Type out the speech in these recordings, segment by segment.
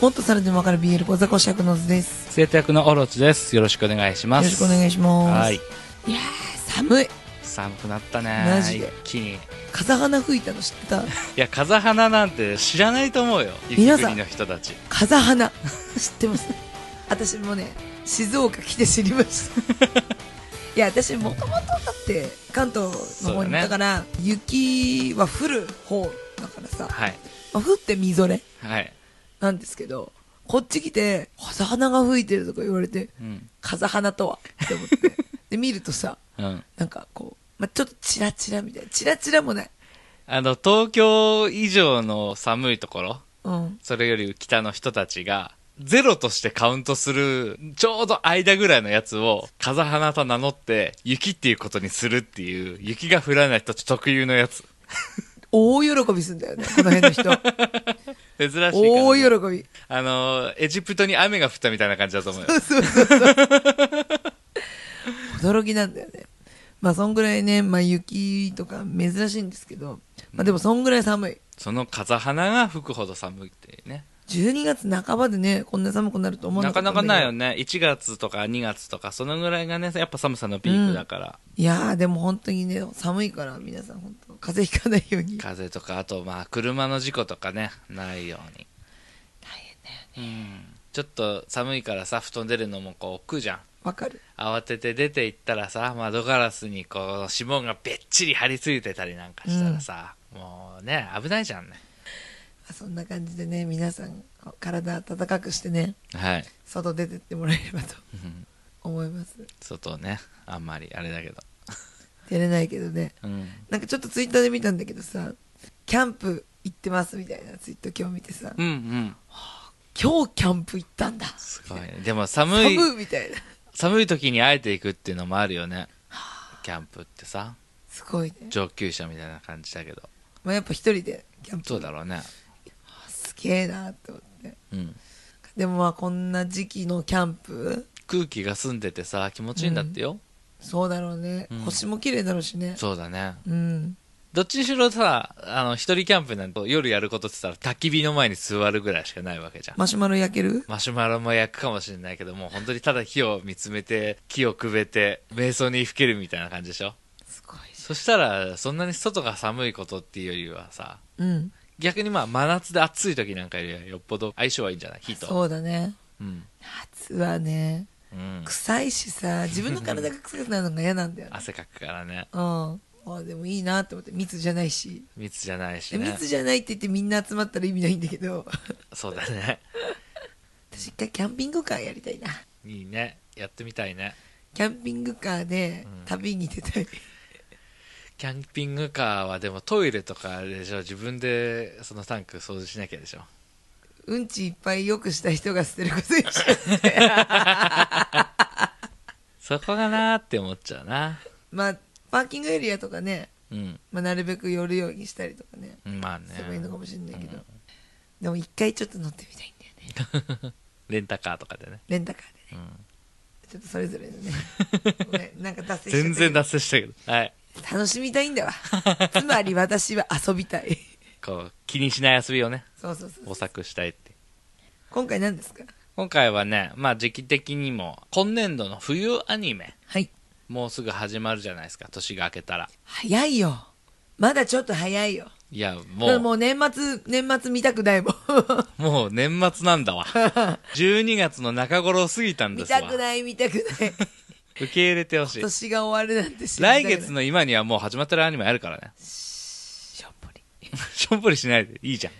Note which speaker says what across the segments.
Speaker 1: もっとさらにもわかる BL 講座講師役の図です。
Speaker 2: 生徒役のオロチです。よろしくお願いし
Speaker 1: よ
Speaker 2: ま
Speaker 1: ろ
Speaker 2: す。
Speaker 1: しくお願いします。
Speaker 2: はいい。
Speaker 1: やー、寒い。
Speaker 2: 寒くなったね。
Speaker 1: マジで
Speaker 2: 一気に。い
Speaker 1: 風花吹いたの知ってた
Speaker 2: や、風花なんて知らないと思うよ。
Speaker 1: 皆
Speaker 2: 雪
Speaker 1: さん
Speaker 2: 国の人たち。
Speaker 1: 風花。 知ってます私もね、静岡来て知りました。 いや、私もともとだって関東の方にいたから、雪は降る方だからさ、
Speaker 2: はい。
Speaker 1: まあ降ってみぞれ
Speaker 2: はい。
Speaker 1: なんですけど、こっち来て、風花が吹いてるとか言われて、
Speaker 2: うん。
Speaker 1: 風花とはって 思って。で、見るとさ、
Speaker 2: うん。
Speaker 1: なんかこう、まあ、ちょっとチラチラみたいな。チラチラもない。
Speaker 2: あの、東京以上の寒いところ、
Speaker 1: うん。
Speaker 2: それより北の人たちが、ゼロとしてカウントする、ちょうど間ぐらいのやつを、風花と名乗って、雪っていうことにするっていう、雪が降らない人たち特有のやつ。
Speaker 1: 大喜びすんだよね、この辺の 人。
Speaker 2: 珍しいから、ね。
Speaker 1: 大喜び。
Speaker 2: あのー、エジプトに雨が降ったみたいな感じだと思うよ。
Speaker 1: そうそうそう。驚きなんだよね。まあ、そんぐらいね、まあ、雪とか珍しいんですけど、まあ、でもそんぐらい寒い。
Speaker 2: その風花が吹くほど寒いっていうね。
Speaker 1: 12月半ばでね、こんな寒くなると思わ
Speaker 2: な
Speaker 1: なか
Speaker 2: か
Speaker 1: った
Speaker 2: なん
Speaker 1: だ
Speaker 2: か
Speaker 1: けど
Speaker 2: ないよね。1月とか2月とか、そのぐらいがね、やっぱ寒さのピークだから。
Speaker 1: いやー、でも本当にね、寒いから、皆さん本当、風邪ひかないように。
Speaker 2: 風とか、あとまあ、車の事故とかね、ないように。大変だよね。うん。ちょっと寒いからさ、布団出るのもこう、億劫じゃん。
Speaker 1: わかる。
Speaker 2: 慌てて出て行ったらさ、窓ガラスにこう、指紋がべっちり張り付いてたりなんかしたらさ、もうね、危ないじゃんね。
Speaker 1: まあそんな感じでね、皆さん、体温かくしてね、
Speaker 2: はい。
Speaker 1: 外出てってもらえればと
Speaker 2: うん
Speaker 1: 思います。
Speaker 2: 外ね、あんまり、あれだけど。
Speaker 1: 出れないけどね。
Speaker 2: うん。
Speaker 1: なんかちょっとツイッターで見たんだけどさ、キャンプ行ってますみたいなツイート今日見てさ、
Speaker 2: うんうん。
Speaker 1: 今日キャンプ行ったんだ。
Speaker 2: すごいね。でも寒い、
Speaker 1: 寒いみたいな。
Speaker 2: 寒い時にあえて行くっていうのもあるよね。キャンプってさ、
Speaker 1: すごいね。
Speaker 2: 上級者みたいな感じだけど。
Speaker 1: まあ、やっぱ一人でキャンプ。
Speaker 2: そうだろうね。
Speaker 1: すげえなって思って。
Speaker 2: うん。
Speaker 1: でもまあこんな時期のキャンプ、
Speaker 2: 空気が澄んでてさ、気持ちいいんだってよ。
Speaker 1: そうだろうね。
Speaker 2: うん
Speaker 1: 星も綺麗だろうしね。
Speaker 2: そうだね。
Speaker 1: うん。
Speaker 2: どっちにしろさ、あの、一人キャンプなんて夜やることって言ったら焚き火の前に座るぐらいしかないわけじゃん。
Speaker 1: マシュマロ焼ける
Speaker 2: マシュマロも焼くかもしれないけど、もう本当にただ火を見つめて、木をくべて、瞑想にふけるみたいな感じでしょ
Speaker 1: すごいし。
Speaker 2: そしたら、そんなに外が寒いことっていうよりはさ、
Speaker 1: うん。
Speaker 2: 逆にまあ真夏で暑い時なんかよりはよっぽど相性はいいんじゃない火と。
Speaker 1: そうだね。
Speaker 2: うん。
Speaker 1: 夏はね、
Speaker 2: うん。
Speaker 1: 臭いしさ、自分の体が臭くなるのが嫌なんだよね。
Speaker 2: 汗かくからね。
Speaker 1: うん。あでもいいなって思って、密じゃないし。
Speaker 2: 密じゃないし
Speaker 1: で
Speaker 2: ね
Speaker 1: 密。じゃないって言ってみんな集まったら意味ないんだけど、
Speaker 2: そうだね。
Speaker 1: 私一回キャンピングカーやりたいな。
Speaker 2: いいね。やってみたいね。
Speaker 1: キャンピングカーで
Speaker 2: うん
Speaker 1: 旅に出たい。
Speaker 2: キャンピングカーはでもトイレとかでしょ自分でそのタンク掃除しなきゃでしょ
Speaker 1: うん、ちいっぱいよくした人が捨てることにしちゃう
Speaker 2: そこがなーって思っちゃうな。
Speaker 1: まあ、パーキングエリアとかね、
Speaker 2: うん。
Speaker 1: まあ、なるべく寄るようにしたりとかね、
Speaker 2: まあね。
Speaker 1: すればいいのかもしれないけど。
Speaker 2: うん
Speaker 1: でも一回ちょっと乗ってみたいんだよね。
Speaker 2: レンタカーとかでね。
Speaker 1: レンタカーでね。
Speaker 2: うん
Speaker 1: ちょっとそれぞれの ね。ごめんなんか達成しちゃったけど
Speaker 2: 全然脱線したけど。はい。
Speaker 1: 楽しみたいんだわ。つまり私は遊びたい。
Speaker 2: こう、気にしない遊びをね、
Speaker 1: そうそうそう。
Speaker 2: 模索したいって。
Speaker 1: 今回何ですか
Speaker 2: 今回はね、まあ時期的にも、今年度の冬アニメ、
Speaker 1: はい。
Speaker 2: もうすぐ始まるじゃないですか、年が明けたら。
Speaker 1: 早いよ。まだちょっと早いよ。
Speaker 2: いや、
Speaker 1: も
Speaker 2: も
Speaker 1: う
Speaker 2: う、
Speaker 1: もう年末、年末見たくないもん。
Speaker 2: もう年末なん だわ。12月の中頃を過ぎたんで
Speaker 1: 見
Speaker 2: すわ
Speaker 1: た。くない、見たく ない。
Speaker 2: 受け入れてほしい。
Speaker 1: 年が終わるなんて知
Speaker 2: 来月
Speaker 1: の。
Speaker 2: の今にはもう始まってるアニメあるか らね。
Speaker 1: しょっぽり。
Speaker 2: しょんぼりしないでいいじゃん。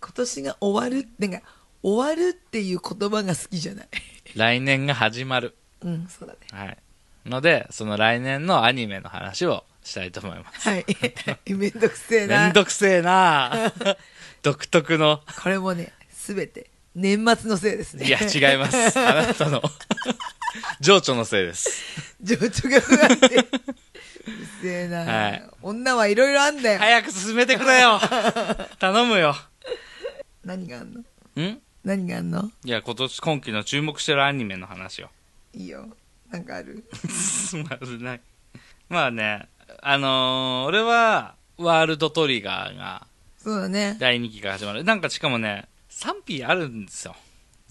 Speaker 1: 今年が終わる、なんか、終わるっていう言葉が好きじゃない。
Speaker 2: 来年が始まる。
Speaker 1: うん、そうだね。
Speaker 2: はい。ので、その来年のアニメの話をしたいと思います。
Speaker 1: はい。 めんどくせえな。
Speaker 2: めんどくせ えな独特の。
Speaker 1: これもね、すべて、年末のせいですね。
Speaker 2: いや、違います。あなたの、情緒のせいです。
Speaker 1: 情緒が不安定。う るせえな。
Speaker 2: はい
Speaker 1: 女はいろいろあんだよ。
Speaker 2: 早く進めてくれよ頼むよ。
Speaker 1: 何があんの
Speaker 2: んい
Speaker 1: 何があんの
Speaker 2: や、今年、今期の注目してるアニメの話を。
Speaker 1: いいよ。なんかある
Speaker 2: つ まらない。まあね、あのー俺は、ワールドトリガーが、
Speaker 1: そうだね。
Speaker 2: 第2期が始まる。なんかしかもね、賛否あるんですよ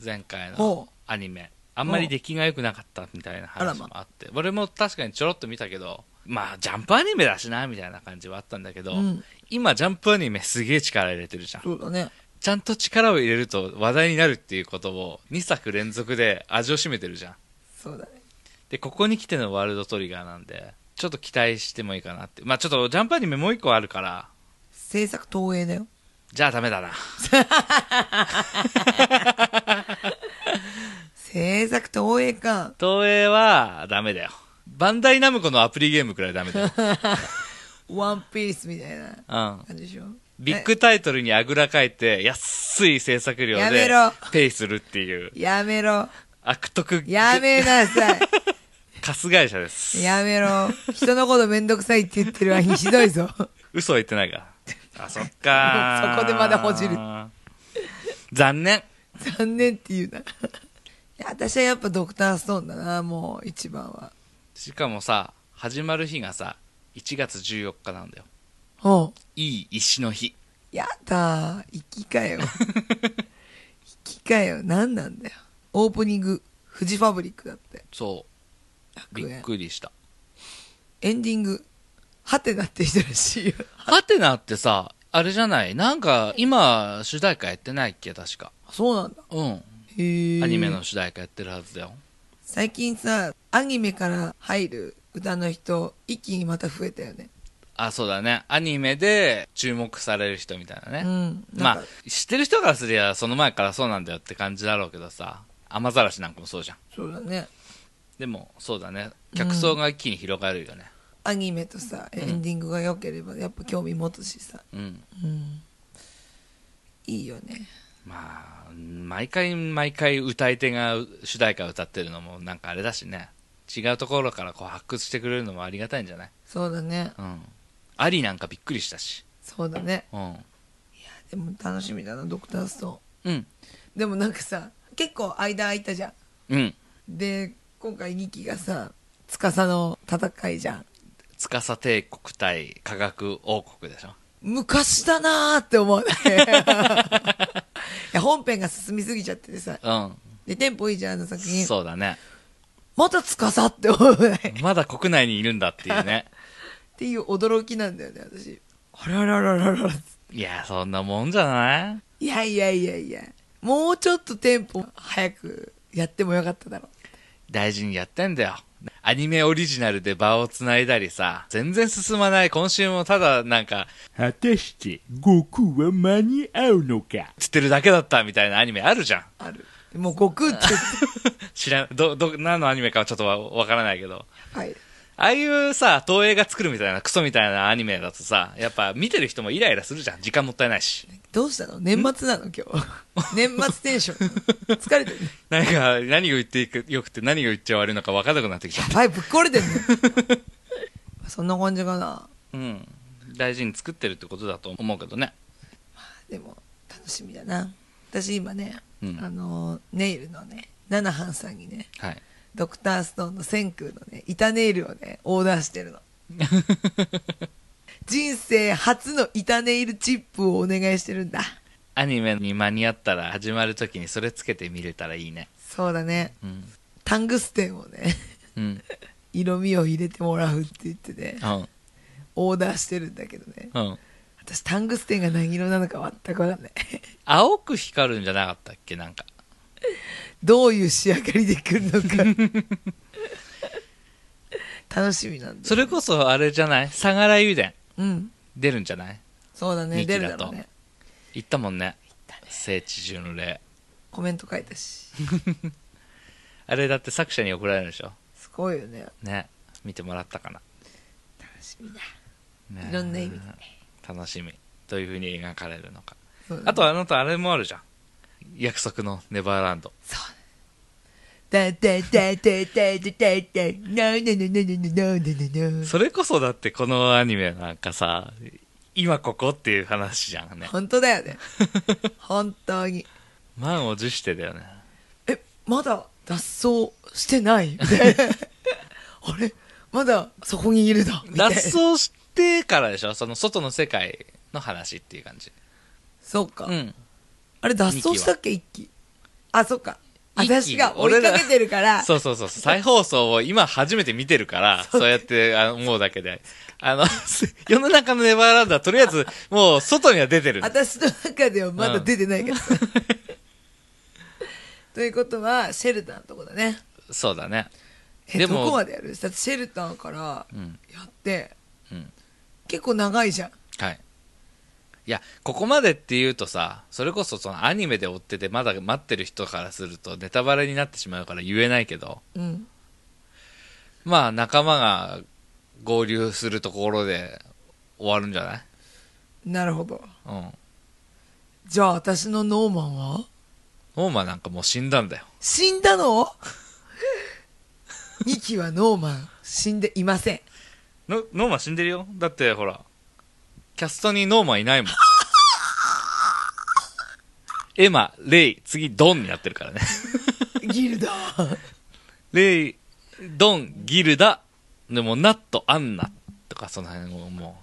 Speaker 2: 前回
Speaker 1: おう
Speaker 2: のアニメあんまり出来が良くなかったみたいな話もあって俺も確かにちょろっと見たけどまあジャンプアニメだしなみたいな感じはあったんだけど、
Speaker 1: うん
Speaker 2: 今ジャンプアニメすげえ力入れてるじゃん
Speaker 1: そうだね。
Speaker 2: ちゃんと力を入れると話題になるっていうことを2作連続で味を占めてるじゃん
Speaker 1: そうだね。
Speaker 2: でここに来てのワールドトリガーなんでちょっと期待してもいいかなってまあちょっとジャンプアニメもう一個あるから
Speaker 1: 制作投影だよ。
Speaker 2: じゃあダメだな
Speaker 1: 制作投影か。
Speaker 2: 東映はダメだよバンダイナムコのアプリゲームくらいダ メだよ、
Speaker 1: ワンピースみたいな
Speaker 2: うん、
Speaker 1: 感じでしょ。
Speaker 2: ビッグタイトルにあぐらかいて安い制作料
Speaker 1: やめ
Speaker 2: で
Speaker 1: ろ
Speaker 2: ペイするっていう
Speaker 1: えやめろ。
Speaker 2: 悪徳
Speaker 1: やめなさい。
Speaker 2: カス会社です
Speaker 1: やめろ。人のことめんどくさいって言ってるわ。ひどいぞ。
Speaker 2: 嘘は言ってない からあそっか
Speaker 1: そこでまだほじる
Speaker 2: 残念
Speaker 1: 残念って言うな。いや、私はやっぱドクターストーンだな、もう一番は。
Speaker 2: しかもさ始まる日がさ1月14日なんだよ
Speaker 1: おう
Speaker 2: いい石の日
Speaker 1: やだー。行きかよ。行きかよ。何なんだよ。オープニング、フジファブリックだって。
Speaker 2: そうび
Speaker 1: 楽
Speaker 2: っ
Speaker 1: 園。
Speaker 2: くりした
Speaker 1: エンディング、ハテナって人らしいよ。
Speaker 2: ハテナってさあれじゃないなんか今主題歌やってないっけ確か
Speaker 1: そうなんだ。
Speaker 2: うん
Speaker 1: へー
Speaker 2: アニメの。主題歌やってるはずだよ
Speaker 1: 最近さ、アニメから入る歌の人、一気にまた増えたよね。
Speaker 2: あそうだねアニメで注目される人みたいなね、
Speaker 1: うん。な
Speaker 2: ま
Speaker 1: んか
Speaker 2: あ知ってる人からすりゃその前からそうなんだよって感じだろうけどさ雨ざらしなんかもそうじゃん
Speaker 1: そうだね。
Speaker 2: でもそうだね客層が一気に広がるよね
Speaker 1: アニメとさ、エンディングが良ければ、やっぱ興味持つしさ。
Speaker 2: うん
Speaker 1: うん。いいよね。
Speaker 2: まあ、毎回毎回歌い手が主題歌を歌ってるのもなんかあれだしね。違うところからこう発掘してくれるのもありがたいんじゃない
Speaker 1: そうだね。
Speaker 2: うん。ありなんかびっくりしたし。
Speaker 1: そうだね。
Speaker 2: うん。
Speaker 1: でも楽しみだな、ドクタースト
Speaker 2: うん。
Speaker 1: ーン。でもなんかさ、結構間空いたじゃん。
Speaker 2: うん。
Speaker 1: で、今回2期がさ、司の戦いじゃん。
Speaker 2: 司帝国対科学王国でしょ。
Speaker 1: 昔だなーって思うね。 いや本編が進みすぎちゃっててさ。
Speaker 2: う
Speaker 1: で、テンポいいじゃん、あの作
Speaker 2: ん。
Speaker 1: 品。
Speaker 2: そうだね。
Speaker 1: また司って思うね。
Speaker 2: まだ国内にいるんだっていう ね。
Speaker 1: っていう驚きなんだよね、私。あらららららら。
Speaker 2: いや、そんなもんじゃない
Speaker 1: いやいやいやいや。もうちょっとテンポ早くやってもよかっただろ
Speaker 2: 大事にやってんだよ。アニメオリジナルで場を繋いだりさ、全然進まない今週もただなんか、
Speaker 3: 果たして悟空は間に合うのか
Speaker 2: つってるだけだったみたいなアニメあるじゃん。
Speaker 1: う。ある。もう悟空って言っ
Speaker 2: 知らん、ど、ど、何のアニメかはちょっとわわからないけど。
Speaker 1: て。はい。
Speaker 2: ああいうさ、東映が作るみたいな、クソみたいなアニメだとさ、やっぱ見てる人もイライラするじゃん。時間もったいないし。
Speaker 1: どうしたの年末なの今日。 年末テンション。疲れてる。
Speaker 2: 何が、何を言っていく、よくて何を言っちゃ悪いのか分からなくなってきちゃ
Speaker 1: や
Speaker 2: う。
Speaker 1: ばい、ぶっ壊れてるね。 そんな感じかな。
Speaker 2: うん。大事に作ってるってことだと思うけどね。
Speaker 1: でも、楽しみだな。私今ね、
Speaker 2: うん
Speaker 1: あの、ネイルのね、ナナハンさんにね、
Speaker 2: はい。
Speaker 1: ドクターストーンの千空のね、板ネイルをね、オーダーして るの。人生初の板ネイルチップをお願いしてるんだ。
Speaker 2: アニメに間に合ったら、始まる時にそれつけて見れたらいいね。
Speaker 1: そうだね。
Speaker 2: うん。
Speaker 1: タングステンをね、
Speaker 2: うん。
Speaker 1: 色味を入れてもらうって言ってね、
Speaker 2: うん。
Speaker 1: オーダーしてるんだけどね。
Speaker 2: うん。
Speaker 1: 私、タングステンが何色なのか全くわかんない。
Speaker 2: 青く光るんじゃなかったっけなんか。
Speaker 1: どういう仕上がりで来るのか。楽しみなんだ。
Speaker 2: それこそあれじゃない相良油田。
Speaker 1: うん。
Speaker 2: 出るんじゃない
Speaker 1: そうだね。
Speaker 2: 二期
Speaker 1: 出
Speaker 2: だと
Speaker 1: るだろうね。
Speaker 2: 行ったもんね。聖地巡の礼。
Speaker 1: コメント書いたし。
Speaker 2: あれだって作者に送られるでしょ
Speaker 1: すごいよね。
Speaker 2: ね見てもらったかな、
Speaker 1: 楽しみだ。
Speaker 2: ね
Speaker 1: いろんな意味でね
Speaker 2: 楽しみどういうふうに描かれるのか、
Speaker 1: そうだね
Speaker 2: あとあのとあれもあるじゃん約束のネバーランド
Speaker 1: そうだ。だだだだだだだだ。ななななななななな。
Speaker 2: それこそだってこのアニメなんかさ今ここっていう話じゃんね
Speaker 1: 本当だよね。本当に。
Speaker 2: 満を持してだよね
Speaker 1: え、まだ脱走してない みたいなあれまだそこにいるだ。みたい
Speaker 2: 脱
Speaker 1: な
Speaker 2: 走してからでしょその外の世界の話っていう感じ
Speaker 1: そうか。
Speaker 2: うん
Speaker 1: あれ脱走したっけ一期。あ、そっか。
Speaker 2: 一期
Speaker 1: 私が追いかけてるから、
Speaker 2: そうそうそうそう。再放送を今初めて見てるから、そうやってあ思うだけで。あの、 世の中のネバーランドはとりあえず、もう外には出てる。
Speaker 1: 私の中ではまだ出てないから。 ということは、シェルターのとこだね。
Speaker 2: そうだね。
Speaker 1: え、
Speaker 2: で
Speaker 1: ど
Speaker 2: も
Speaker 1: こまでやるだってシェルターから
Speaker 2: ん
Speaker 1: やって、
Speaker 2: うん
Speaker 1: 結構長いじゃん。
Speaker 2: はい。いや、ここまでって言うとさ、それこそそのアニメで追っててまだ待ってる人からするとネタバレになってしまうから言えないけど、
Speaker 1: うん。
Speaker 2: まあ仲間が合流するところで終わるんじゃない
Speaker 1: なるほど。
Speaker 2: うん。
Speaker 1: じゃあ私のノーマンは
Speaker 2: ノーマンなんかもう死んだんだよ。
Speaker 1: 死んだの ?2 期はノーマン死んでいません。
Speaker 2: のノーマン死んでるよだってほらキャストにノーマンいないもんエマレイ次ドンになってるからね
Speaker 1: ギルダ
Speaker 2: レイドンギルダでもナットアンナとかその辺をも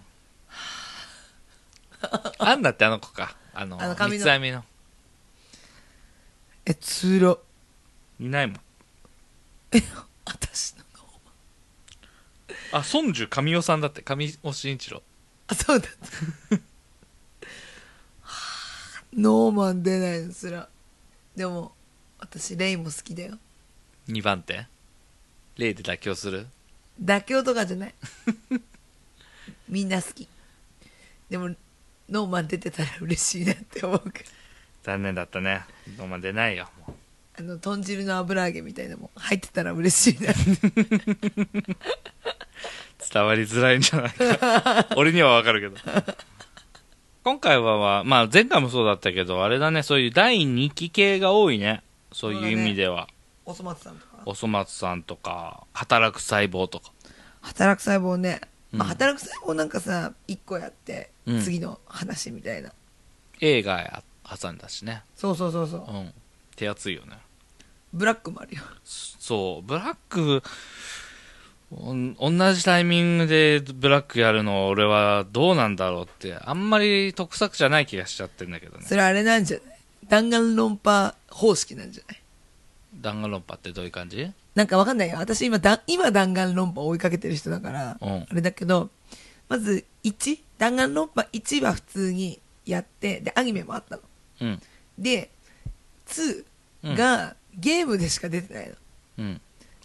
Speaker 2: うアンナってあの子かあの
Speaker 1: あの髪
Speaker 2: 三
Speaker 1: の
Speaker 2: つ編みの
Speaker 1: え、通路。
Speaker 2: いないもん
Speaker 1: え、私のノーマン。
Speaker 2: あソンジュ神尾さんだって神尾慎一郎
Speaker 1: あ、そうだ った。はあノーマン出ないのすら。でも、私、レイも好きだよ。
Speaker 2: 2番手レイで妥協する
Speaker 1: 妥協とかじゃ ない。みんな好き。でも、ノーマン出てたら嬉しいなって思うから。
Speaker 2: 残念だったねノーマン出ないよもう
Speaker 1: あの、豚汁の油揚げみたいなのも入ってたら嬉しいな。
Speaker 2: 伝わりづらいんじゃないか。 俺にはわかるけど。今回はは、まあ前回もそうだったけど、あれだね、そういう第2期系が多いね。そういう意味では。
Speaker 1: おそ松さんとか。
Speaker 2: おそ松さんとか、働く細胞とか。
Speaker 1: 働く細胞ね。まあ、
Speaker 2: うん
Speaker 1: 働く細胞なんかさ、一個やって
Speaker 2: うん、
Speaker 1: 次の話みたいな。
Speaker 2: 映画や挟んだしね。
Speaker 1: そうそうそうそうう。
Speaker 2: ん。手厚いよね。
Speaker 1: ブラックもあるよ。
Speaker 2: そう、ブラック、おん同じタイミングでブラックやるの俺はどうなんだろうって、あんまり得策じゃない気がしちゃってんだけどね。
Speaker 1: それあれなんじゃない弾丸論破方式なんじゃない
Speaker 2: 弾丸論破ってどういう感じ
Speaker 1: なんかわかんないよ。私今だ、今弾丸論破を追いかけてる人だから、
Speaker 2: うん
Speaker 1: あれだけど、まず1、弾丸論破1は普通にやって、で、アニメもあったの。
Speaker 2: うん。
Speaker 1: で、2がゲームでしか出てないの。
Speaker 2: うん。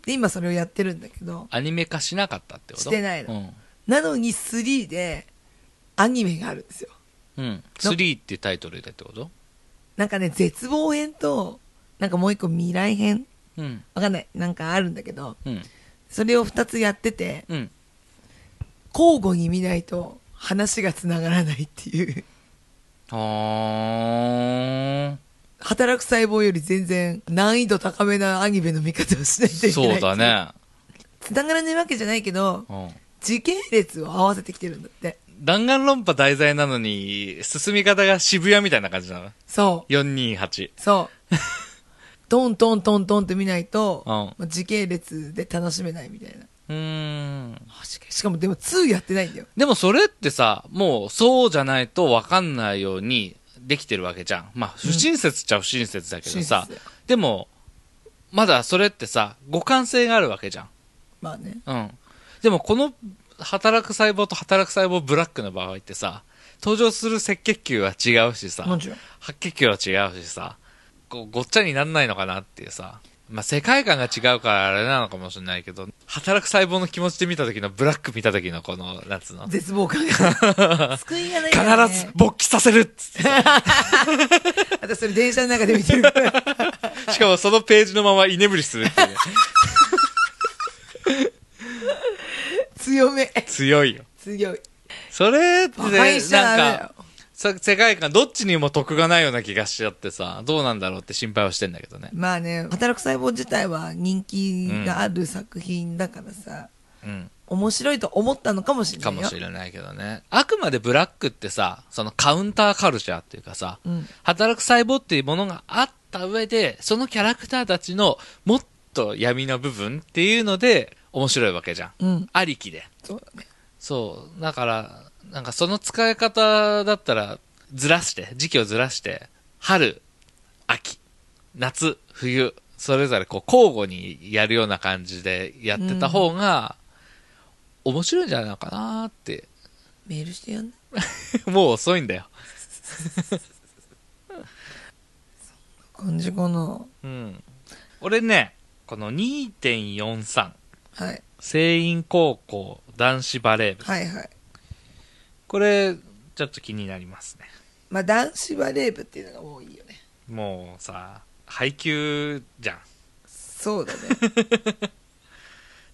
Speaker 1: で、今それをやってるんだけど、
Speaker 2: アニメ化しなかったってこと
Speaker 1: してないのなのに3でアニメがあるんですよ。
Speaker 2: うん。うん。3ってタイトルでってこと
Speaker 1: なんかね、絶望編と、なんかもう一個未来編
Speaker 2: うん。
Speaker 1: わかんない。なんかあるんだけど、
Speaker 2: うん。
Speaker 1: それを2つやってて、
Speaker 2: うん。
Speaker 1: 交互に見ないと話がつながらないっていう
Speaker 2: はーん。
Speaker 1: 働く細胞より全然難易度高めなアニメの見方をしないといけない
Speaker 2: そうだね。
Speaker 1: つながらないわけじゃないけど
Speaker 2: うん。
Speaker 1: 時系列を合わせてきてるんだって
Speaker 2: 弾丸論破題材なのに、進み方が渋谷みたいな感じなの
Speaker 1: そう
Speaker 2: ?428。
Speaker 1: そう トントントントンって見ないと、
Speaker 2: うん
Speaker 1: まあ時系列で楽しめないみたいな
Speaker 2: うーん。
Speaker 1: しかもでも2やってないんだよ
Speaker 2: でもそれってさ、もうそうじゃないとわかんないようにできてるわけじゃん。まあ、不親切っちゃ不親切だけどさ
Speaker 1: 不親切だよ。
Speaker 2: でも、まだそれってさ、互換性があるわけじゃん。
Speaker 1: まあね
Speaker 2: うん。でもこの、働く細胞と働く細胞ブラックの場合ってさ、登場する赤血球は違うしさ、
Speaker 1: もちろん
Speaker 2: 白血球は違うしさ、こうごっちゃになんないのかなっていうさ、まあ、世界観が違うからあれなのかもしれないけど、働く細胞の気持ちで見た時のブラック見た時のこの、なんつうの
Speaker 1: 絶望感が 救いがないから、ね、
Speaker 2: 必ず勃起させるっつってさ
Speaker 1: 私それ電車の中で見てるから
Speaker 2: しかもそのページのまま居眠りするっていうね、
Speaker 1: 強め
Speaker 2: 強いよ。
Speaker 1: 強い
Speaker 2: それって、
Speaker 1: バカにしちゃダメ
Speaker 2: な
Speaker 1: だ
Speaker 2: ん
Speaker 1: よ
Speaker 2: か、さ世界観、どっちにも得がないような気がしちゃってさ、どうなんだろうって心配はしてんだけどね。
Speaker 1: まあね「働く細胞」自体は人気がある作品だからさ、
Speaker 2: うん。
Speaker 1: 面白いと思ったのかもしれな
Speaker 2: か
Speaker 1: いよ
Speaker 2: もしれないけどね。あくまでブラックってさ、そのカウンターカルチャーっていうかさ、
Speaker 1: うん
Speaker 2: 働く細胞っていうものがあった上で、そのキャラクターたちのもっと闇の部分っていうので、面白いわけじゃん。
Speaker 1: うん
Speaker 2: ありきで。
Speaker 1: そうだね
Speaker 2: そう。だから、なんかその使い方だったら、ずらして、時期をずらして、春、秋、夏、冬、それぞれこう交互にやるような感じでやってた方が、面白いんじゃないのかなって。
Speaker 1: メールしてやんない
Speaker 2: もう遅いんだよ。
Speaker 1: 感じかな
Speaker 2: うん。俺ね、この2.43、
Speaker 1: はい
Speaker 2: 聖院高校男子バレー部。
Speaker 1: はいはい
Speaker 2: これ、ちょっと気になりますね。
Speaker 1: まあ男子バレー部っていうのが多いよね
Speaker 2: もうさ、配給じゃん。
Speaker 1: そうだね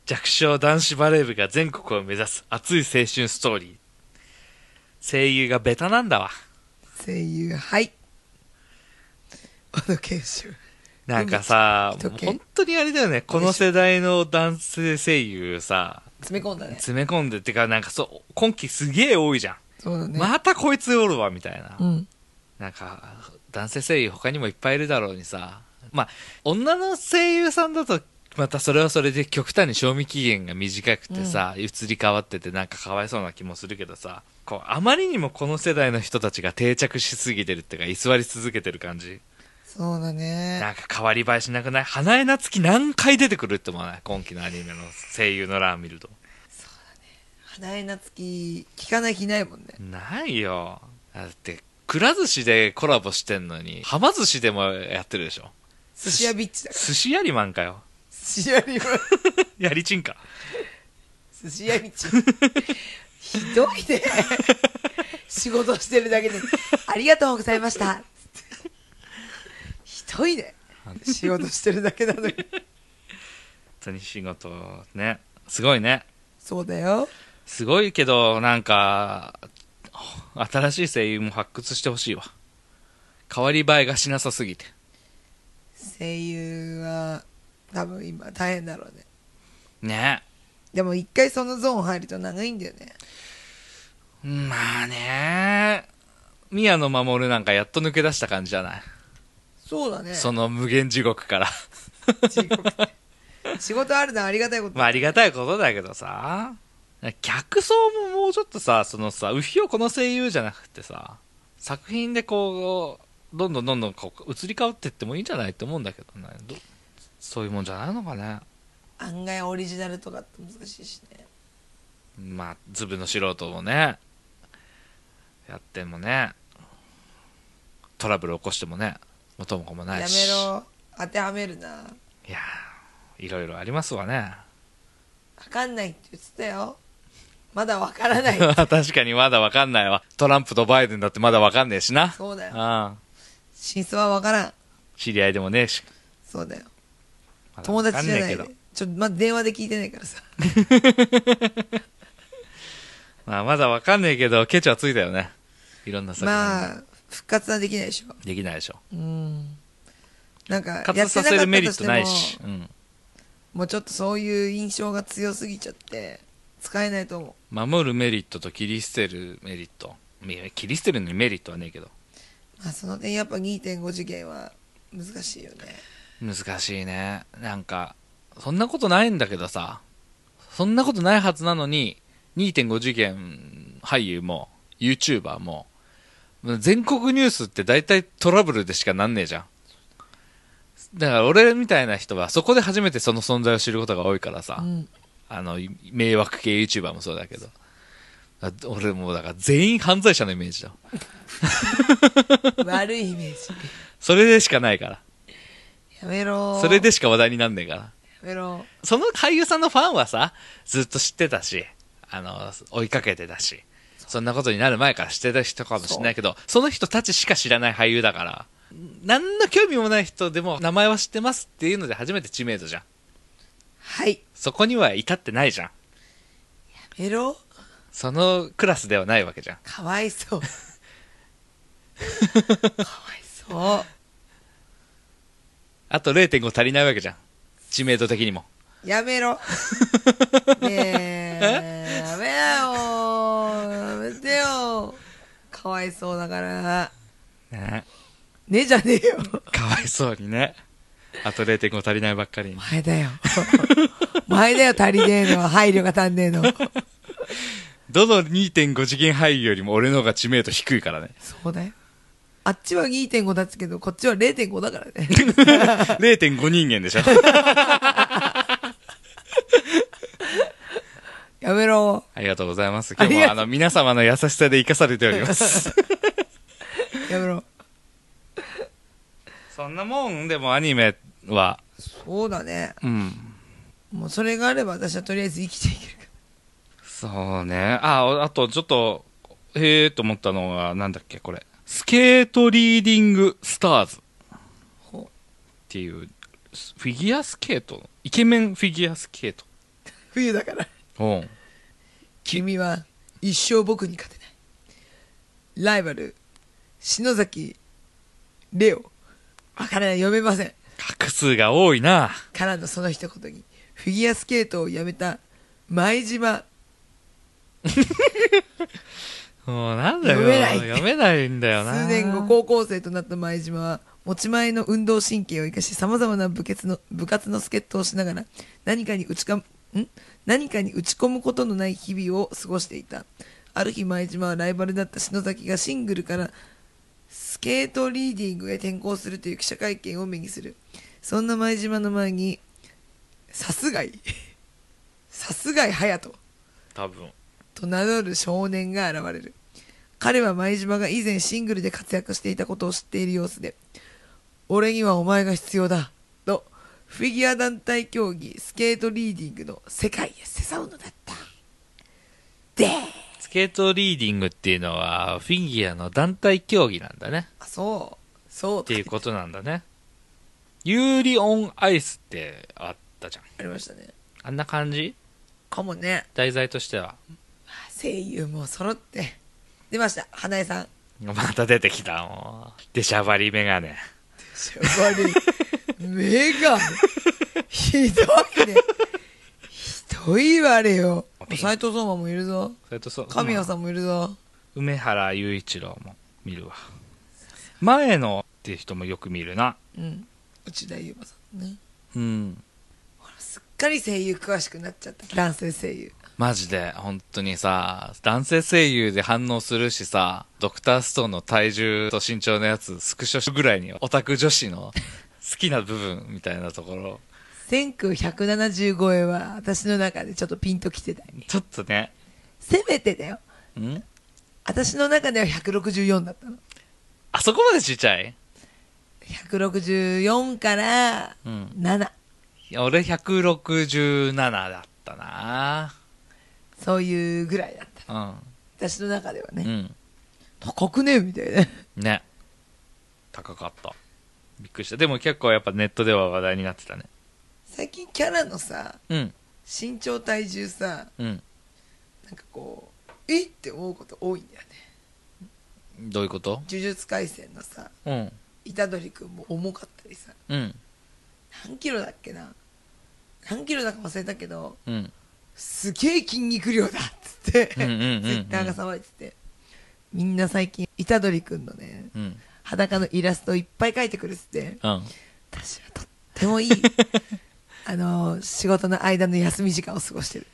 Speaker 2: 弱小男子バレー部が全国を目指す熱い青春ストーリー。声優がベタなんだわ。
Speaker 1: 声優 はい小野賢秀
Speaker 2: なんかさ、
Speaker 1: 人
Speaker 2: もう
Speaker 1: 気
Speaker 2: 本当にあれだよね。この世代の男性声優さ、
Speaker 1: 詰め込ん だね
Speaker 2: 詰め込んでってか、なんかそう、今季すげえ多いじゃん。
Speaker 1: そうだね、
Speaker 2: またこいつおるわ、みたいな。
Speaker 1: うん
Speaker 2: なんか、男性声優他にもいっぱいいるだろうにさ。まあ、女の声優さんだと、またそれはそれで極端に賞味期限が短くてさ、移り変わっててなんかかわいそうな気もするけどさ、こう、あまりにもこの世代の人たちが定着しすぎてるってか、居座り続けてる感じ。
Speaker 1: そうだね
Speaker 2: なんか変わり映えしなくない花江夏樹何回出てくるって思わない今期のアニメの声優の欄見ると。
Speaker 1: 花江夏樹聞かない日ないもんね
Speaker 2: ないよ。だって、くら寿司でコラボしてんのに、はま寿司でもやってるでしょ。
Speaker 1: 寿司屋ビッチだから
Speaker 2: 寿司やりマンかよ。
Speaker 1: 寿司屋ビッチ
Speaker 2: やりちんか。
Speaker 1: 寿司屋道ひどい ね仕事してるだけでありがとうございましたひどいね仕事してるだけなのに
Speaker 2: 本当に仕事、ね。すごいね。
Speaker 1: そうだよ
Speaker 2: すごいけど、なんか、新しい声優も発掘してほしいわ。変わり映えがしなさすぎて。
Speaker 1: 声優は多分今大変だろうね
Speaker 2: ね。
Speaker 1: でも一回そのゾーン入ると長いんだよね
Speaker 2: まあね。宮野真守なんかやっと抜け出した感じじゃない、
Speaker 1: そうだね
Speaker 2: そ の無限地獄から。
Speaker 1: 地獄仕事あるのはありがたいこと、
Speaker 2: まあありがたいことだけどさ。客層ももうちょっとさ、そのさ、うひをこの声優じゃなくてさ、作品でこう、どんどんどんどんこう移り変わってってもいいんじゃないと思うんだけどね。どそういうもんじゃないのかね。
Speaker 1: 案外オリジナルとかって難しいしね
Speaker 2: まあ、ズブの素人もね、やってもね、トラブル起こしてもね、元も子もな
Speaker 1: や
Speaker 2: いし。
Speaker 1: めろ当てはめるない
Speaker 2: やーいろいろありますわね。
Speaker 1: わかんないって言ってたよまだわからない
Speaker 2: 確かにまだわかんないわ。トランプとバイデンだってまだわかんねえしな。
Speaker 1: そうだよ
Speaker 2: ああ
Speaker 1: 真相はわからん
Speaker 2: 知り合いでもねえし。
Speaker 1: そうだよ
Speaker 2: まだ
Speaker 1: 友
Speaker 2: わかん
Speaker 1: 達じゃない
Speaker 2: ねえ
Speaker 1: で
Speaker 2: けど
Speaker 1: ちょっとまだ電話で聞いてないからさ
Speaker 2: まあ、まだわかんねえけど、ケチはついたよね。いろんな作品。
Speaker 1: まあ復活はできないでしょ
Speaker 2: できないでしょ。
Speaker 1: うんなんか
Speaker 2: 復
Speaker 1: や
Speaker 2: 活
Speaker 1: って
Speaker 2: さ
Speaker 1: なか
Speaker 2: せ
Speaker 1: っ
Speaker 2: るメ
Speaker 1: た
Speaker 2: リ
Speaker 1: と
Speaker 2: ッ
Speaker 1: し
Speaker 2: ト
Speaker 1: て
Speaker 2: ないし。
Speaker 1: も
Speaker 2: うん。
Speaker 1: もうちょっとそういう印象が強すぎちゃって使えないと思う
Speaker 2: 守るメリットと切り捨てるメリット。いや切り捨てるのにメリットはねえけど。
Speaker 1: まあその点やっぱ2.5次元は難しいよね
Speaker 2: 難しいね。なんか、そんなことないんだけどさ。そんなことないはずなのに、2.5次元俳優も、YouTuber も、全国ニュースって大体トラブルでしかなんねえじゃん。だから俺みたいな人はそこで初めてその存在を知ることが多いからさ。
Speaker 1: うん
Speaker 2: あの、い迷惑系 YouTuber もそうだけど。あ俺もうだから全員犯罪者のイメージだ。
Speaker 1: 悪いイメージ
Speaker 2: それでしかないから。
Speaker 1: やめろー
Speaker 2: それでしか話題になんねえから。
Speaker 1: やめろー
Speaker 2: その俳優さんのファンはさ、ずっと知ってたし、あの、追いかけてたし、そんなことになる前から知ってた人かもしれないけど、その人たちしか知らない俳優だから、何の興味もない人でも名前は知ってますっていうので初めて知名度じゃん。
Speaker 1: はい
Speaker 2: そこには至ってないじゃん。
Speaker 1: やめろー
Speaker 2: そのクラスではないわけじゃん。
Speaker 1: かわいそうかわいそ
Speaker 2: あと0.5足りないわけじゃん。知名度的にも。
Speaker 1: うやめろねえやめなよーやめてよーかわいそうだから
Speaker 2: ね
Speaker 1: ねえじゃねえよ
Speaker 2: かわいそうにね。あと0.5足りないばっかりに。
Speaker 1: 前だよ前だよ足りねえのは配慮が足んねえの
Speaker 2: どの2.5次元俳優よりも俺の方が知名度低いからね。
Speaker 1: そうだよあっちは2.5だったけど、こっちは0.5だからね。
Speaker 2: 0.5人間でしょ
Speaker 1: やめろ。
Speaker 2: ありがとうございます。今日
Speaker 1: あり
Speaker 2: も
Speaker 1: が
Speaker 2: あの、皆様の優しさで生かされております。
Speaker 1: やめろ。
Speaker 2: そんなもんでもアニメは、
Speaker 1: そうだね。
Speaker 2: うん。
Speaker 1: もうそれがあれば私はとりあえず生きていけるか
Speaker 2: そうね。あ、おあとちょっと、へえーと思ったのが、なんだっけ、これ。スケートリーディングスターズっ
Speaker 1: ら。ほ
Speaker 2: ていう、フィギュアスケートイケメンフィギュアスケート。
Speaker 1: 冬だから。
Speaker 2: うん。
Speaker 1: 君は一生僕に勝てない。ライバル、篠崎、レオ。わからない、読めません。
Speaker 2: 画数が多いな。
Speaker 1: からのその一言に、フィギュアスケートをやめた、前島、
Speaker 2: もうなんだよ。
Speaker 1: 読めない
Speaker 2: 読めないんだよな。
Speaker 1: 数年後高校生となった前島は持ち前の運動神経を生かし様々な部活の部活の助っ人をしながら何かに打ちかん何かに打ち込むことのない日々を過ごしていたある日前島はライバルだった篠崎がシングルからスケートリーディングへ転向するという記者会見を目にするそんな前島の前にさすがいさすがい隼人
Speaker 2: 多分。
Speaker 1: と名乗る少年が現れる彼は前島が以前シングルで活躍していたことを知っている様子で「俺にはお前が必要だ」とフィギュア団体競技スケートリーディングの世界へ世相のだったで
Speaker 2: スケートリーディングっていうのは、フィギュアの団体競技なんだね。
Speaker 1: あそうそう
Speaker 2: っていうことなんだね。ユーリオンアイスってあったじゃん。
Speaker 1: ありましたね
Speaker 2: あんな感じ
Speaker 1: かもね
Speaker 2: 題材としては。
Speaker 1: 声優も揃って出ました花江さん
Speaker 2: また出てきた、もう。でしゃばりメガネ。
Speaker 1: しょばり目がひどいねひどいわあれよ斎藤相馬もいるぞ
Speaker 2: それとそう。
Speaker 1: 神谷さんもいるぞ、
Speaker 2: うん梅原雄一郎も見るわ。前野っていう人もよく見るな。
Speaker 1: うん、内田優馬さんね
Speaker 2: うん。
Speaker 1: すっかり声優詳しくなっちゃった男性声優
Speaker 2: マジで、本当にさ、男性声優で反応するしさ、ドクターストーンの体重と身長のやつ、スクショぐらいにオタク女子の好きな部分みたいなところ、
Speaker 1: 1970超えは私の中でちょっとピンときてない
Speaker 2: ちょっとね、
Speaker 1: せめてだよ
Speaker 2: ん
Speaker 1: 私の中では164だったの
Speaker 2: あそこまでちっちゃい
Speaker 1: 164から
Speaker 2: うん
Speaker 1: 7、
Speaker 2: いや俺167だったな
Speaker 1: そういうぐらいだった
Speaker 2: う
Speaker 1: 私の中ではね、
Speaker 2: ん。うん。
Speaker 1: 高くねみたいな
Speaker 2: ね。高かった。びっくりした。でも結構やっぱネットでは話題になってたね。
Speaker 1: 最近キャラのさ
Speaker 2: うん。
Speaker 1: 身長体重さ
Speaker 2: うん。
Speaker 1: なんかこうえって思うこと多いんだよね
Speaker 2: どういうこと
Speaker 1: 呪術廻戦のさ
Speaker 2: うん。
Speaker 1: 虎杖君も重かったりさ
Speaker 2: うん。
Speaker 1: 何キロだっけな何キロだか忘れたけど
Speaker 2: うん。
Speaker 1: すげえ筋肉量だっつってツ
Speaker 2: う
Speaker 1: イ
Speaker 2: んうんうんうん
Speaker 1: ッターが騒いでてみんな最近虎杖君のね
Speaker 2: うん。
Speaker 1: 裸のイラストをいっぱい描いてくれてて
Speaker 2: うん。
Speaker 1: 私はとって もいいあの仕事の間の休み時間を過ごしてる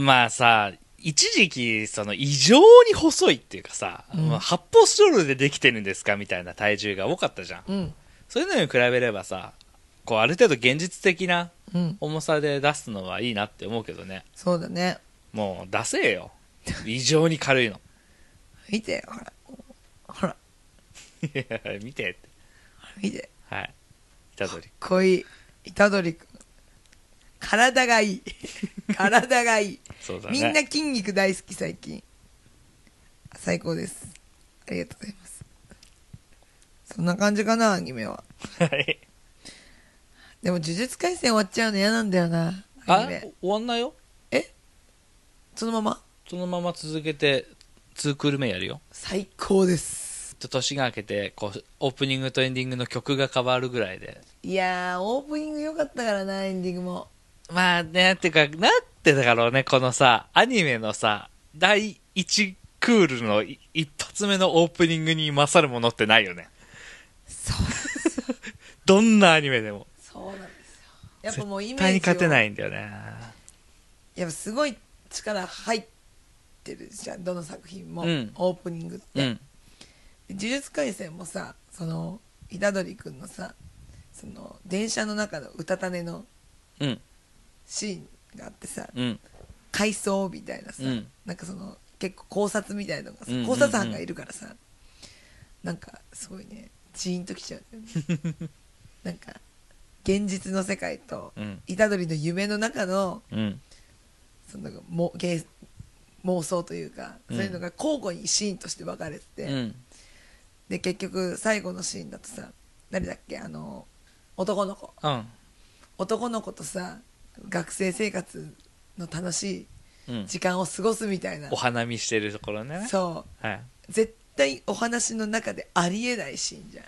Speaker 2: まあさ、一時期、その異常に細いっていうかさ、
Speaker 1: ん
Speaker 2: まあ発泡スチロールでできてるんですかみたいな体重が多かったじゃん。
Speaker 1: うん
Speaker 2: そういうのに比べればさ、こうある程度現実的な
Speaker 1: うん
Speaker 2: 重さで出すのはいいなって思うけどね。
Speaker 1: そうだね
Speaker 2: もう出せよ。異常に軽いの。
Speaker 1: 見てほらほら
Speaker 2: いや見てって。
Speaker 1: 見て
Speaker 2: はい。たどり。
Speaker 1: こいい虎杖君体がい い体がいい
Speaker 2: そうだね。
Speaker 1: みんな筋肉大好き最近最高ですありがとうございますそんな感じかなアニメは
Speaker 2: はい。
Speaker 1: でも呪術廻戦終わっちゃうの嫌なんだよなアニ
Speaker 2: あ
Speaker 1: メ、
Speaker 2: 終わんないよ。
Speaker 1: そのまま
Speaker 2: そのまま続けて、2クール目やるよ。
Speaker 1: 最高です
Speaker 2: ちょっと年が明けて、こう、オープニングとエンディングの曲が変わるぐらいで。
Speaker 1: いやーオープニング良かったからなエンディングも
Speaker 2: まあね、てか、なんてだろうね、このさ、アニメのさ、第1クールのい一発目のオープニングに勝るものってないよね。
Speaker 1: そう
Speaker 2: どんなアニメでも。
Speaker 1: そうなんですよやっぱもうイメ
Speaker 2: 絶
Speaker 1: ー
Speaker 2: 対
Speaker 1: ジ
Speaker 2: に勝てないいんだよね。
Speaker 1: やっぱすごい力入ってるじゃんどの作品も、
Speaker 2: うん
Speaker 1: オープニングって、
Speaker 2: うん。
Speaker 1: 呪術廻戦もさその虎杖君のさその電車の中のうたた寝の
Speaker 2: うん。
Speaker 1: シーンがあってさ
Speaker 2: うん。
Speaker 1: 回想みたいなさ、
Speaker 2: うん
Speaker 1: なんかその結構考察みたいのがさ、
Speaker 2: うんうんうん
Speaker 1: 考察班がいるからさなんかすごいねジーンときちゃうんだよ ねなんか現実の世界と
Speaker 2: うん
Speaker 1: 虎杖の夢の中の
Speaker 2: うん。
Speaker 1: そのもげ妄想というか、
Speaker 2: うん
Speaker 1: そういうのが交互にシーンとして分かれてて、
Speaker 2: うん。
Speaker 1: で結局最後のシーンだとさ誰だっけあの男の子
Speaker 2: うん。
Speaker 1: 男の子とさ学生生活の楽し
Speaker 2: う
Speaker 1: い
Speaker 2: ん。
Speaker 1: 時間を過ごすみたいな
Speaker 2: お、花見してるところね。
Speaker 1: そう
Speaker 2: はい。
Speaker 1: 絶対お話の中でありえないシーンじゃん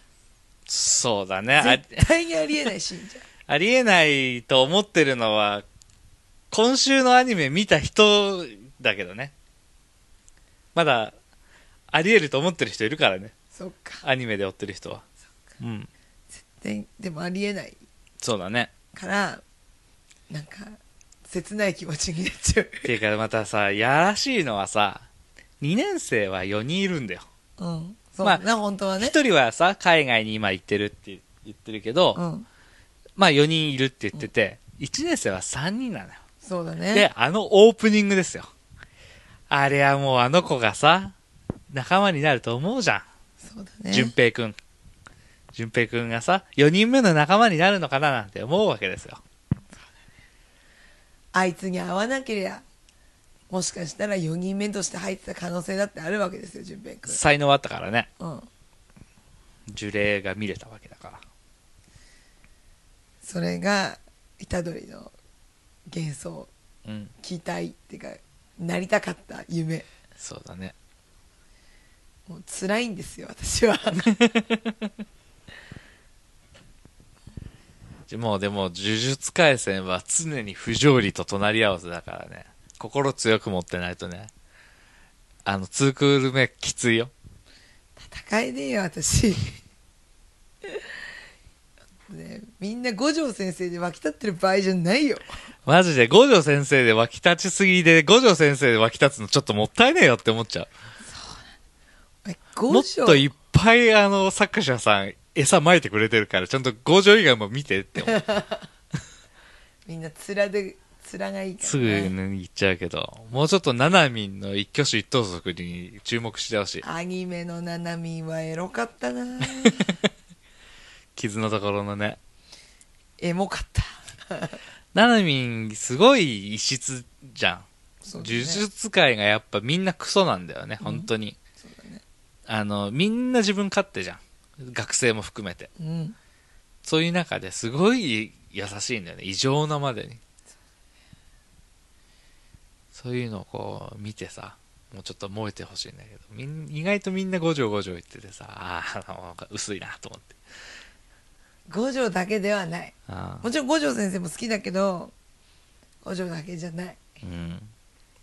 Speaker 2: そうだね。あ
Speaker 1: 絶対にありえないシーンじゃん
Speaker 2: ありえないと思ってるのは、今週のアニメ見た人だけどね。まだ、ありえると思ってる人いるからね。
Speaker 1: そっか
Speaker 2: アニメで追ってる人は。うん。
Speaker 1: ででもありえない
Speaker 2: そうだね。
Speaker 1: からなんか切ない気持ちになっちゃう
Speaker 2: っていうか、またさ、やらしいのはさ、2年生は4人いるんだよ。
Speaker 1: うんそうだな、
Speaker 2: ま
Speaker 1: 本当はね
Speaker 2: 1人はさ、海外に今行ってるって言ってるけど、
Speaker 1: うん
Speaker 2: まあ4人いるって言ってて、1年生は3人なのよ。
Speaker 1: そうだね
Speaker 2: で、あのオープニングですよ。あれはもうあの子がさ、仲間になると思うじゃん。
Speaker 1: そうだね
Speaker 2: 淳平くん。淳平くんがさ、4人目の仲間になるのかななんて思うわけですよ。
Speaker 1: あいつに会わなけりゃもしかしたら4人目として入ってた可能性だってあるわけですよ淳平君
Speaker 2: 才能あったからね。
Speaker 1: うん
Speaker 2: 呪霊が見れたわけだから。
Speaker 1: それが虎杖の幻想
Speaker 2: うん。
Speaker 1: 期待っていうかなりたかった夢
Speaker 2: そうだね。
Speaker 1: もう辛いんですよ私 は
Speaker 2: もうでも、呪術廻戦は常に不条理と隣り合わせだからね。心強く持ってないとね。あの、ツークール目きついよ。
Speaker 1: 戦えねえよ私ね、みんな五条先生で沸き立ってる場合じゃないよ
Speaker 2: マジで五条先生で沸き立ちすぎで、五条先生で沸き立つのちょっともったいねえよって思っちゃ
Speaker 1: お前
Speaker 2: う。も
Speaker 1: 五
Speaker 2: っ
Speaker 1: 条
Speaker 2: といっぱいあの作者さん餌撒いてくれてるから、ちゃんと五条以外も見てっ て思う
Speaker 1: みんな面で面がいいから、ね、
Speaker 2: すぐ言っちゃうけど、もうちょっとナナミンの一挙手一投足に注目してほしい。
Speaker 1: アニメのななみはエロかったな
Speaker 2: 傷のところのね。
Speaker 1: エモかった
Speaker 2: ナナミンすごい異質じゃん。
Speaker 1: そう
Speaker 2: 呪
Speaker 1: だね
Speaker 2: 術界がやっぱみんなクソなんだよね、本当に。
Speaker 1: そうだね
Speaker 2: あの、みんな自分勝手じゃん。学生も含めて。
Speaker 1: うん
Speaker 2: そういう中ですごい優しいんだよね。異常なまでに。そういうのをこう見てさ、もうちょっと燃えてほしいんだけど、みん意外とみんな五条五条言っててさ、あーあの、なんか薄いなと思って。
Speaker 1: 五条だけではない
Speaker 2: あー
Speaker 1: もちろん五条先生も好きだけど五条だけじゃない
Speaker 2: うん。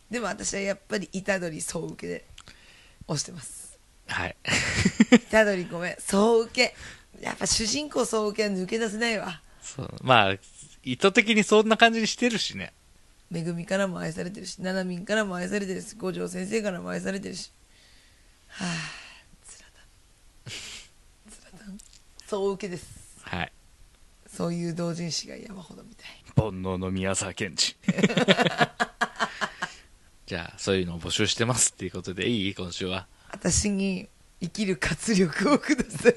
Speaker 1: でも私はやっぱり虎杖総受けで押してます
Speaker 2: はい。
Speaker 1: 虎杖ごめん総受けやっぱ主人公総受けは抜け出せないわ
Speaker 2: そうまあ、意図的にそんな感じにしてるしね。
Speaker 1: めぐみからも愛されてるしななみんからも愛されてるし五条先生からも愛されてるしはあつらだつらだ 総受けです
Speaker 2: はい。
Speaker 1: そういう同人誌が山ほどみたい
Speaker 3: 煩悩の宮沢賢治。
Speaker 2: じゃあ、そういうのを募集してますっていうことでいい今週は。
Speaker 1: 私に生きる活力をください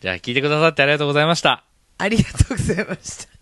Speaker 2: じゃあ、聞いてくださってありがとうございました。
Speaker 1: ありがとうございました